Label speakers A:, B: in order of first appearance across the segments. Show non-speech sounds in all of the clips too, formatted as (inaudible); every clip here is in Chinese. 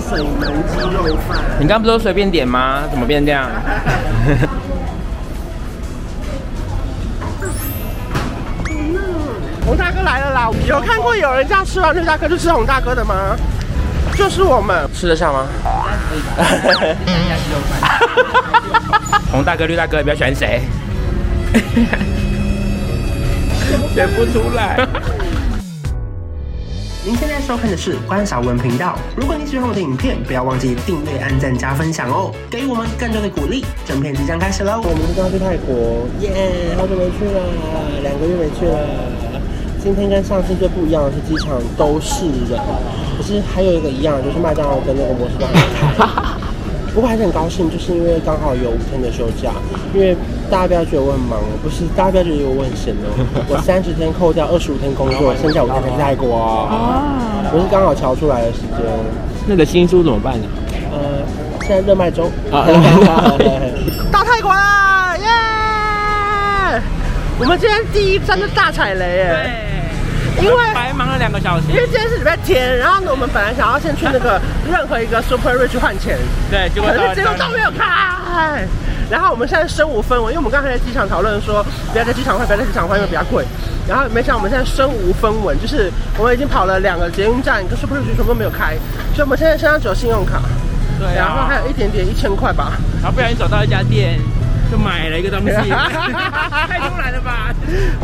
A: 水浓鸡肉饭。
B: 你刚不是说随便点吗？怎么变这样？
A: 洪大哥来了啦！有看过有人这样吃完绿大哥就吃洪大哥的吗？就是我们。
B: 吃得下吗？ (laughs) 红大哥、绿大哥，你不要选谁。 (laughs) 选不出来。
A: 您现在收看的是关少文频道。如果你喜欢我的影片，不要忘记订阅、按赞、加分享哦，给予我们更多的鼓励。整片即将开始喽！我们即将去泰国，耶！好久没去了，两个月没去了。今天跟上次最不一样的是机场都是人，可是还有一个一样就是麦当劳跟那个摩斯汉。不过还是很高兴，就是因为刚好有五天的休假。因为大家不要觉得我很忙哦，不是，大家不要觉得我很闲哦。我三十天扣掉二十五天工作，剩下五天才去泰国哦。我是刚好瞧出来的时间。
B: (laughs) 那个新书怎么办呢？
A: 呃，现在热卖中。
B: 啊
A: (laughs) 到泰国啦，耶！我们今天第一站就大踩雷耶，因为
B: 白忙了两个小时
A: 因。为今天是礼拜天，然后呢，我们本来想要先去那个任何一个 Super Rich 换钱，
B: 对，结果
A: 可是结果都没有开。然后我们现在身无分文，因为我们刚才在机场讨论说不要在机场换，不要在机场换，因为比较贵。然后没想到我们现在身无分文，就是我们已经跑了两个捷运站，跟 Super Rich 全部都没有开，所以我们现在身上只有信用卡，
B: 对啊
A: 然后还有一点点一千块吧。
B: 然后不小心走到一家店，就买了一个东 (laughs) 西，
A: 太
B: 太
A: 突
B: 突然
A: 然了
B: 了吧？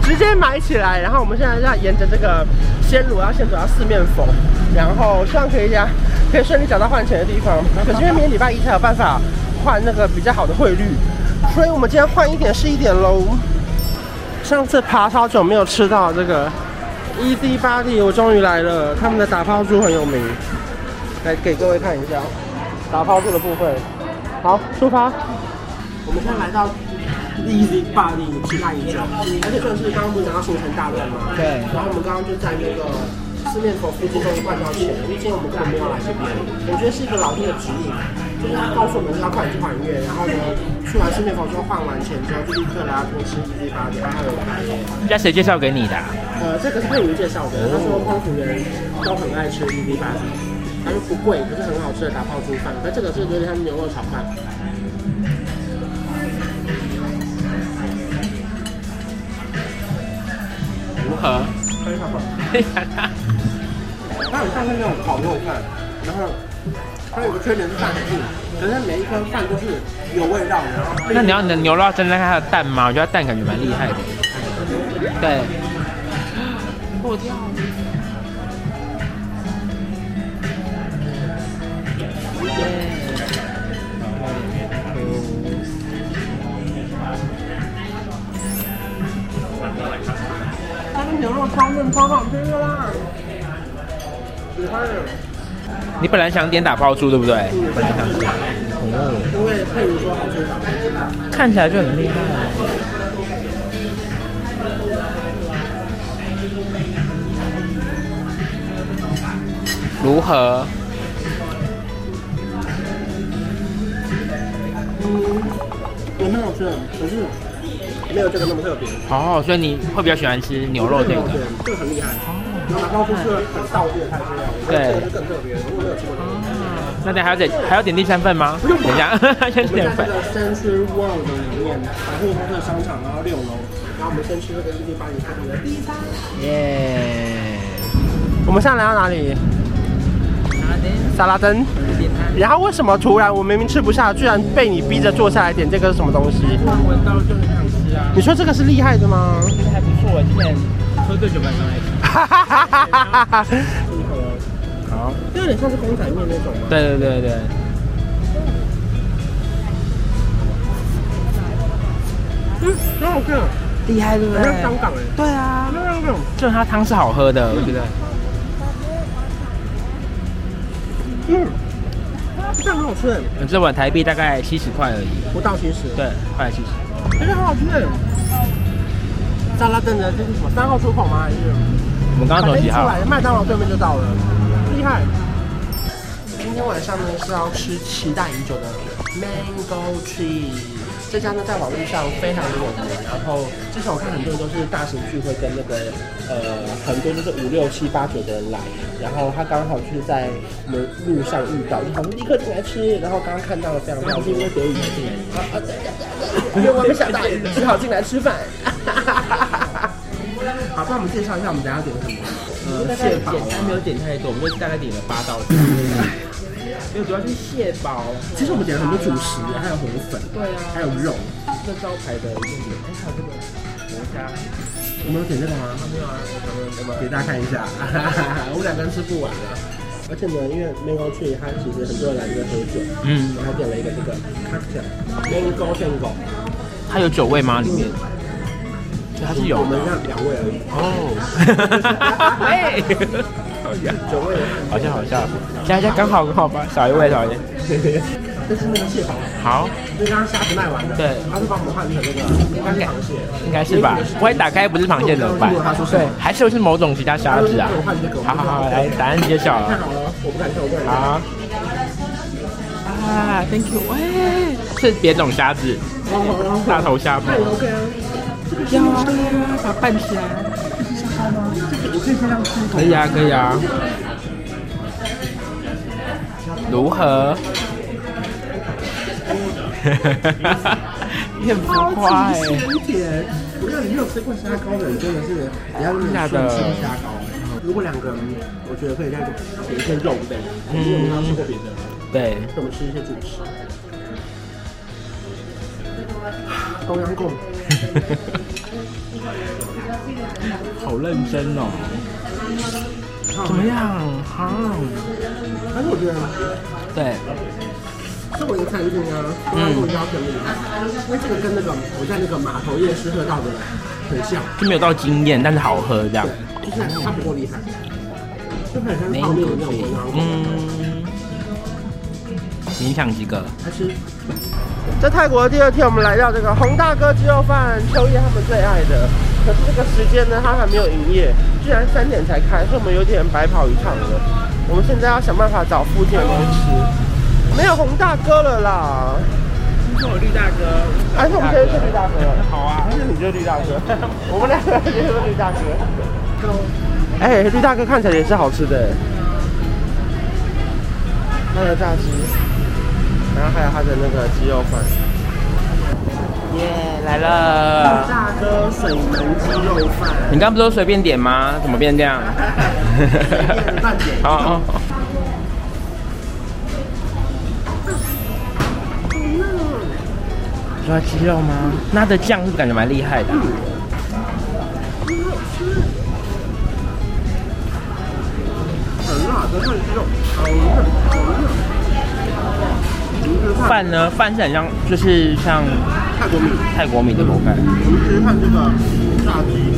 A: 直接买起来，然后我们现在要沿着这个暹罗，要先走到四面佛，然后希望可以呀，可以顺利找到换钱的
B: (laughs)
A: 地方。可是因为明天礼拜一才有办法换那个比较好的汇率，所以我们今天换一点是一点喽。上次爬超久没有吃到这个 Easy Body，我终于来了，他们的打抛猪很有名，来给各位看一下打抛猪的部分。好，出发。我们现在来到 Easy Body 吃大饮酒，而且算是刚刚不是讲到行程大乱吗？
B: 对
A: 然后我们刚刚就在那个四面佛附近终于换到钱，因为今天我们根本没有来这边。我觉得是一个老天的指引，就是他告诉我们要快去还愿，然后呢，去完四面佛之后换完钱之后，就立刻来到这边吃 Easy Body，然后还有白烟。
B: 人家谁介绍给你的啊？
A: 呃，这个是佩瑜介绍的，他说空服员都很爱吃 E B 八鸡，他说不贵，可是很好吃的打泡猪饭，但这个是有点像牛肉炒饭。
B: 如何？
A: 非常好，它很像是那种烤肉饭，然后它有个缺点是饭很硬，可是它每一颗饭都是有味道的。然后
B: (laughs) 那你要你的牛肉要沾沾它的蛋吗？我觉得它蛋感觉蛮厉害的。对，破掉了。
A: 它的牛肉超嫩，超好吃的啦。喜欢，
B: 你本来想点打抛猪对不对？本来想点，
A: 因为佩如说好吃吧。
B: 看起来就很厉害。如何？
A: 也蛮好吃的，可是没有这个那么特别。
B: 哦，所以你会比较喜欢吃牛肉这个？
A: 对，这个很厉害。然后打泡猪是很道地的泰式料理，
B: 对
A: 这个就更特别了，我没有吃过这个。
B: 那你还要点还要点第三份吗？
A: 不用
B: 等一下，先
A: 我
B: 吃
A: 们
B: 点
A: 在
B: 份
A: 这。个 Century World 里面百货公司的商场，然后六楼，然后我们先吃这个一零八零泰国的第一餐。
B: 耶！
A: 我们现在来到哪里？沙拉登。然后为什么突然我明明吃不下，居然被你逼着坐下来点这个是什么东西？
B: 闻到就很想吃啊，
A: 你说这个是厉害的吗？
B: 这个还不错，之前喝醉酒蛮常来吃。
A: 哈哈哈哈哈哈！
B: 好，
A: 这有点像是公仔面那种吗？
B: 对对对对，
A: 嗯，很好看，
B: 厉害对不
A: 很像香港哎。
B: 对啊，
A: 很像那种，
B: 就是它汤是好喝的，我觉得。
A: 嗯，这样很好吃哎，
B: 这碗台币大概七十块而已，
A: 不到其实。
B: 对，快七十。
A: 这个很好吃哎。沙拉登的这是什么？三号出口吗？还是？
B: 我们刚刚从几
A: 反正一
B: 号？
A: 出来麦当劳对面就到了，厉害。今天晚上呢是要吃期待已久的 mango cheese。这家呢在网络上非常的有名，然后之前我看很多人都是大型聚会跟那个呃很多就是五六七八九的人来，然后他刚好就是在我们路上遇到，就好像立刻进来吃，然后刚刚看到了非常漂亮，因为德语进来，啊啊，因为外面下大雨，只好进来吃饭。 (laughs) 好，那我们介绍一下我们等下点什么。
C: 呃，蟹堡简单没有点太多，我们就大概点了八道菜。没有，主要是蟹堡，
A: 其实我们点了很多主食，还有河粉，对啊，还有肉。
C: 这招牌的一点，哎，还有这个磨虾，
A: 我们有点这个吗？
C: 没有啊，我们
A: 给大家看一下，我们两个人吃不完了。而且呢，因为 Mango Tree 它其实很多人来这边喝酒，
B: 嗯，
A: 然后点了一个这个 cocktail Mango Mango，
B: 它有酒味吗？里面？它是有
A: 我们
B: 的
A: 让两位而已，
B: 哦。哎，好像
A: 九
C: (laughs)
A: 位而已。
B: 好像好像，加一加刚好刚好吧，少一位少一位。
A: 这是那个蟹堡，
B: 好，
A: 因为刚刚虾子卖完了，
B: 对
A: 他是帮我们换成那个 (laughs) 应该是螃蟹，
B: 应该是吧？万一打开不是螃蟹怎么办？对，还是是某种其他虾子啊
A: 我？换这个，
B: 好好好，来答案揭晓
A: 太
B: 了。
A: 好了，我不敢看，我不敢看。
B: 好。啊，Thank you，喂，哦是别种虾子，大头虾吗？
A: OK 啊，
B: 要啊，把它拌起来。
A: 我可以先让吃一口
B: 可以啊，可以啊。如何？ (laughs) 你很浮
A: 嗯
B: 夸哎、
A: 一点。我让你没有吃过虾膏的人真的是，你要是想吃虾膏。如果两个人，我觉得可以再点一些肉类，因为我们刚吃过别的，
B: (laughs) 对，
A: 我们吃一些主食。东阳贡，
C: 好认真哦。
B: 怎么样？好、
A: 但是我觉得
B: 对，
A: 作为一个餐厅啊，东阳贡要求厉害，因为这个跟那个我在那个码头夜市喝到的很像，
B: 就没有到惊艳，但是好喝这样。
A: 就是它不够厉害，就很像泡面的那种东阳贡。
B: 嗯，勉强及格。
A: 还吃。在泰国的第二天，我们来到这个洪大哥鸡肉饭，秋叶他们最爱的。可是这个时间呢，它还没有营业，居然三点才开，所以我们有点白跑一趟了。我们现在要想办法找附近的东西吃，没有洪大哥了啦。
C: 我绿大哥，
A: 啊还是我们先去绿大哥。
C: 好啊，
A: 还 (laughs) 是你就是绿大哥，我们两个人就是绿大哥。哎、绿大哥看起来也是好吃的，他的炸鸡，然后还有他的那个鸡肉饭。
B: 耶、来了。
A: 大哥水门鸡肉饭，
B: 你刚不是说随便点吗？怎么变这样？
A: 乱点
B: (laughs) 好好好抓鸡肉吗？那它的酱是不是感觉蛮厉害的啊、
A: 很辣的炖鸡肉，好嫩好嫩。我们吃饭
B: 饭呢？饭是很像，就是像
A: 泰国米，
B: 泰国米的口感。
A: 我们吃饭这个炸鸡，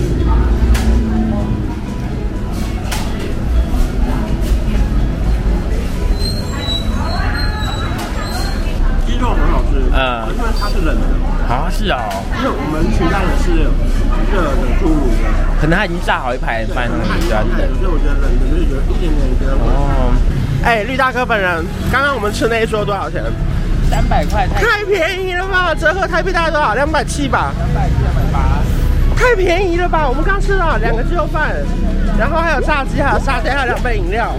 A: 鸡肉很好吃，
B: 嗯
A: 因为它是冷的，
B: 啊，是哦，
A: 因为我们取代的是热的猪乳的，
B: 可能它已经炸好一排饭了，
A: 太
B: 对啊，
A: 太
B: 冷。
A: 所以我觉得冷的就是有一点点的味。
B: 哦，
A: 哎，绿大哥本人，刚刚我们吃那一桌多少钱？
B: 三百块泰
A: 太便宜了吧，折合台币大概多少？两百七吧，
B: 百两百八，
A: 太便宜了吧！我们刚吃了两个鸡肉饭，然后还有炸鸡，还有沙爹，还有两杯饮料。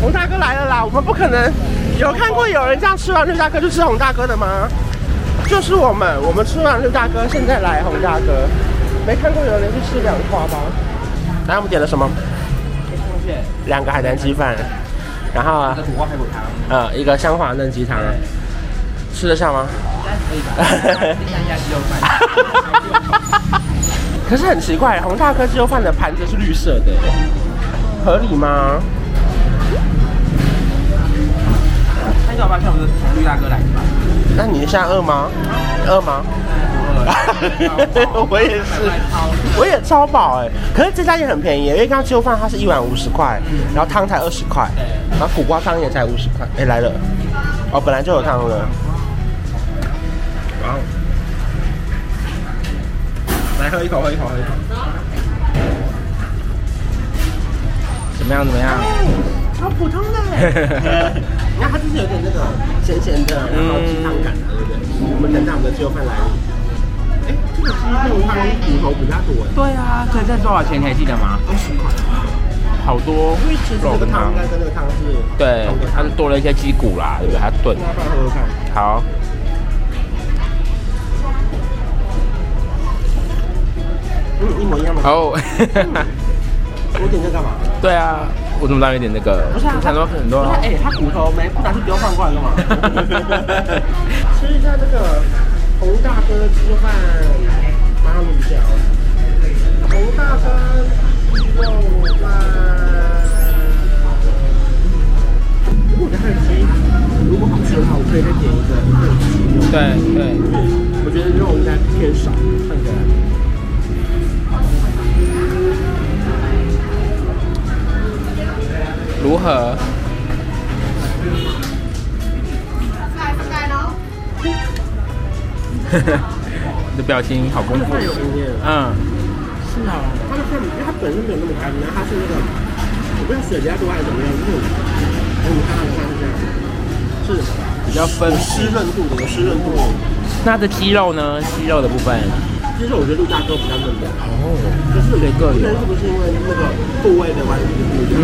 A: 洪大哥来了啦！我们不可能有看过有人这样吃完绿大哥就吃洪大哥的吗？就是我们，我们吃完绿大哥，现在来洪大哥，没看过有人去吃两花吧？来，我们点了什么？两个海南鸡饭，然后啊
B: 那土瓜排骨汤，
A: 呃，一个香滑嫩鸡汤，吃得下吗？
B: 第三家鸡肉饭。
A: 可是很奇怪，洪大哥鸡肉饭的盘子是绿色的，合理吗？
B: 那你有发现我们是从绿大哥来的吗？
A: 那你现在饿吗？饿吗？
C: (laughs)
A: 我也是，我也超饱哎、可是这家也很便宜耶，因为刚刚鸡肉饭它是一碗五十块，然后汤才二十块，然后苦瓜汤也才五十块。哎、来了，
C: Ờ,
A: 哦，本来就有汤了。哇哦！来喝一口，喝
C: (laughs)
A: 一口，喝一口。
B: 怎么样？怎么样？
A: 好普通的。
C: 那它就是有点那个咸咸的，然后鸡汤感啊，对不对？我们等到我们的鸡肉饭来了。哎，这个鸡肉汤骨头比较多哎，
B: (laughs) 对啊，可以再多少钱？你还记得吗？
C: 二十块。
B: 好多
C: 因为其实这
B: 肉
C: 个汤
B: 汤
C: 应，该跟那个汤是
B: 对
C: 同一个，
B: 它
C: 汤
B: 是多了一些鸡骨啦，对不对？它炖
C: 那不然喝喝看。
B: 好。
C: 嗯，一模一样的。
B: 哦， (laughs)
C: 我点这干嘛？
B: 对啊，我怎么知道有点那个？
C: 不是啊，
B: 很多很多
C: 不是，哎、它骨头没不拿去丢饭罐干嘛？吃一下这个洪大哥鸡饭马鲁饺，洪大哥鸡肉饭。如果我觉得它的鸡如果好吃的话，我可以再点一个热鸡肉。
B: (laughs) 对对，
C: 我觉得肉应该偏少，看起来。
B: 如何？ (laughs) 你的表情好功
C: 它的
B: 夫
C: 饭，有一点，
B: 嗯，
C: 是啊，它的饭因为它本身没有那么干，然后它是那个，我不知道水比较多还是怎么样，就是我们看它的饭是这样，是
B: 比较分
C: 有湿润度的，有湿润度的。
B: 那这鸡肉呢？鸡肉的部分，
C: 其实我觉得陆大哥比较嫩的，
B: 哦，
C: 可是
B: 这
C: 不
B: 个有
C: 能是不是因为那个部位的关系不一样？
B: 嗯，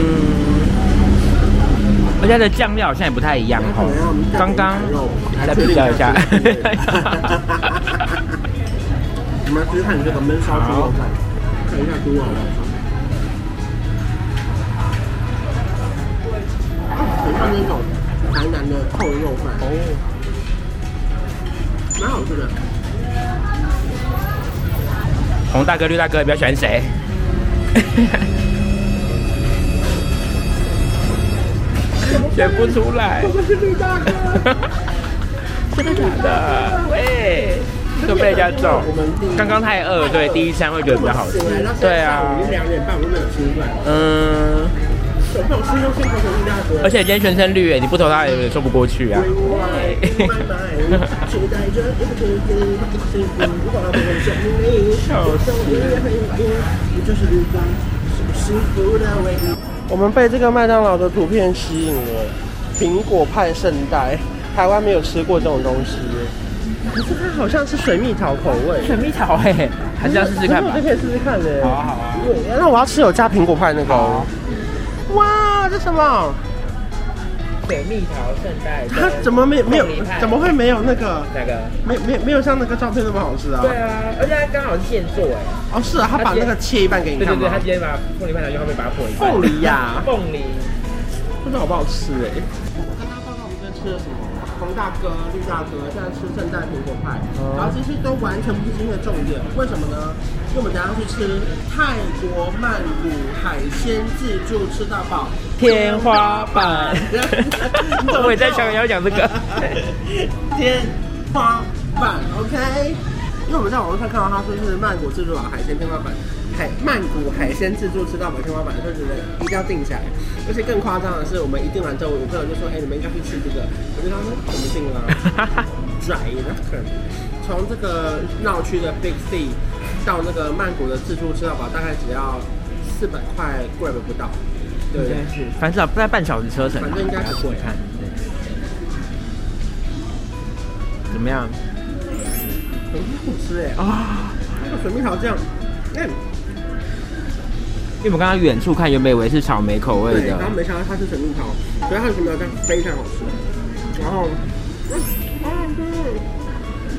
B: 而且它的酱料好像也不太一样
C: 可能要我们
B: 哦。
C: 再
B: 刚刚
C: 点一点肉
B: 再比较一下 (laughs)
C: 来确定一下部位我们来试试看你这个焖烧猪肉饭，看一下猪肉好不好吃。很像那种台南的扣肉饭，
B: 哦，
C: 蛮好吃的。
B: 红大哥、绿大哥，你比较喜欢谁？ (laughs) 选不出来。
C: 我是绿大哥，
B: 真的假的？喂，这个被人家揍。刚刚太饿，对，第一餐会觉得比较好吃
C: 醒来到。现
B: 对
C: 在下
B: 啊
C: 午，两点半我都没有吃饭，
B: 嗯，
C: 有没有吃就先投给绿大哥。
B: 而且今天全身绿耶，你不投他也说不过去啊。 (laughs)
C: 喂拜拜，期待着一个日子，一个幸福，我们想你，
B: 笑死
C: 我也很幸你就是绿大哥，幸福的唯一。我们被这个麦当劳的图片吸引了，苹果派圣代，台湾没有吃过这种东西。可是它好像是水蜜桃口味，
B: 水蜜桃哎，还是要试试看吧
C: 可是我。可以试试看呢。
B: 好啊好啊
C: 对那我要吃有加苹果派那个哦。哇，这什么？
B: 水蜜桃圣代
C: 它怎么没没有
B: 凤梨派？
C: 怎么会没有那个？
B: 那个？
C: 没没没有像那个照片那么好吃啊？
B: 啊，而且它刚好是现做哎。
C: 哦，是啊，他把那个切一半给你看吗？
B: 天把凤梨派拿去，后面把它凤梨
C: 凤梨呀
B: 凤梨。
C: 不知道好不好吃哎、我跟他报告我们今天吃了什么，红大哥、绿大哥，现在吃正代苹果派，
B: 哦
C: 然后这些都完全不是今天的重点，为什么呢？因为我们等一下要去吃泰国曼谷海鲜自助吃到饱
B: 天花板我也在想你要讲这个
C: (laughs)
B: (laughs)
C: 天花板，OK。因为我们在网络上看到他说是曼谷自助啊，海鲜天花板，海曼谷海鲜自助吃到饱天花板，就觉得一定要定下来。而且更夸张的是，我们一定完之后，我朋友就说：“哎、你们应该去吃这个。”我就跟他说：“怎么定了、啊拽那可能从这个闹区的 Big C 到那个曼谷的自助吃到饱，大概只要四百块 Grab 不到，对不对？
B: 反正至少在半小时车程吧，啊
C: 反正应该不贵
B: 你看。对怎么样？
C: 很好吃哎、
B: 啊、
C: 那个水蜜桃酱，哎那、
B: 因为我们刚刚远处看，原本以为是草莓口味
C: 对，
B: 的
C: 然，后没想到它是水蜜桃，所以它的水蜜桃酱非常好吃。然后，嗯，好好吃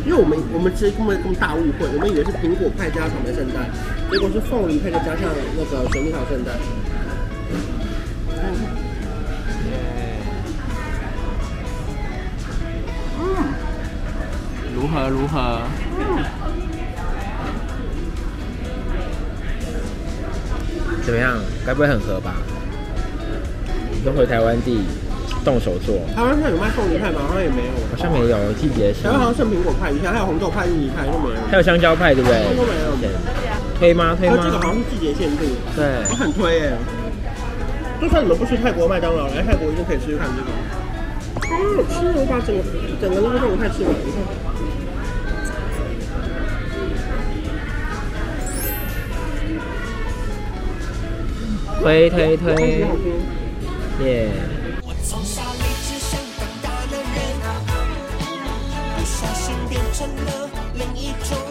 C: 因为我们我们其实根本根本大误会，我们以为是苹果派加草莓圣代，结果是凤梨配再加上那个水蜜桃圣代。
B: 如何如何？怎么样？该不会很合吧？你都回台湾地动手做，
C: 台湾上有卖凤梨派吗？好像也没有。
B: 好像没有季节是
C: 台，湾好像剩苹果派，以前还有红豆派、芋泥派都没有。
B: 还有香蕉派对不对？
C: 都没有
B: 对推吗？推
C: 还有
B: 吗？
C: 哦这个好像是季节限定，
B: 对
C: 我，很推耶、就算你们不吃泰国麦当劳，来泰国一定可以吃吃看这个。好好吃，我把整个整个那个肉块吃完，你看。
B: 推推推
C: 好吃。
B: 耶
C: 哦
D: 我从小一直想成了另一种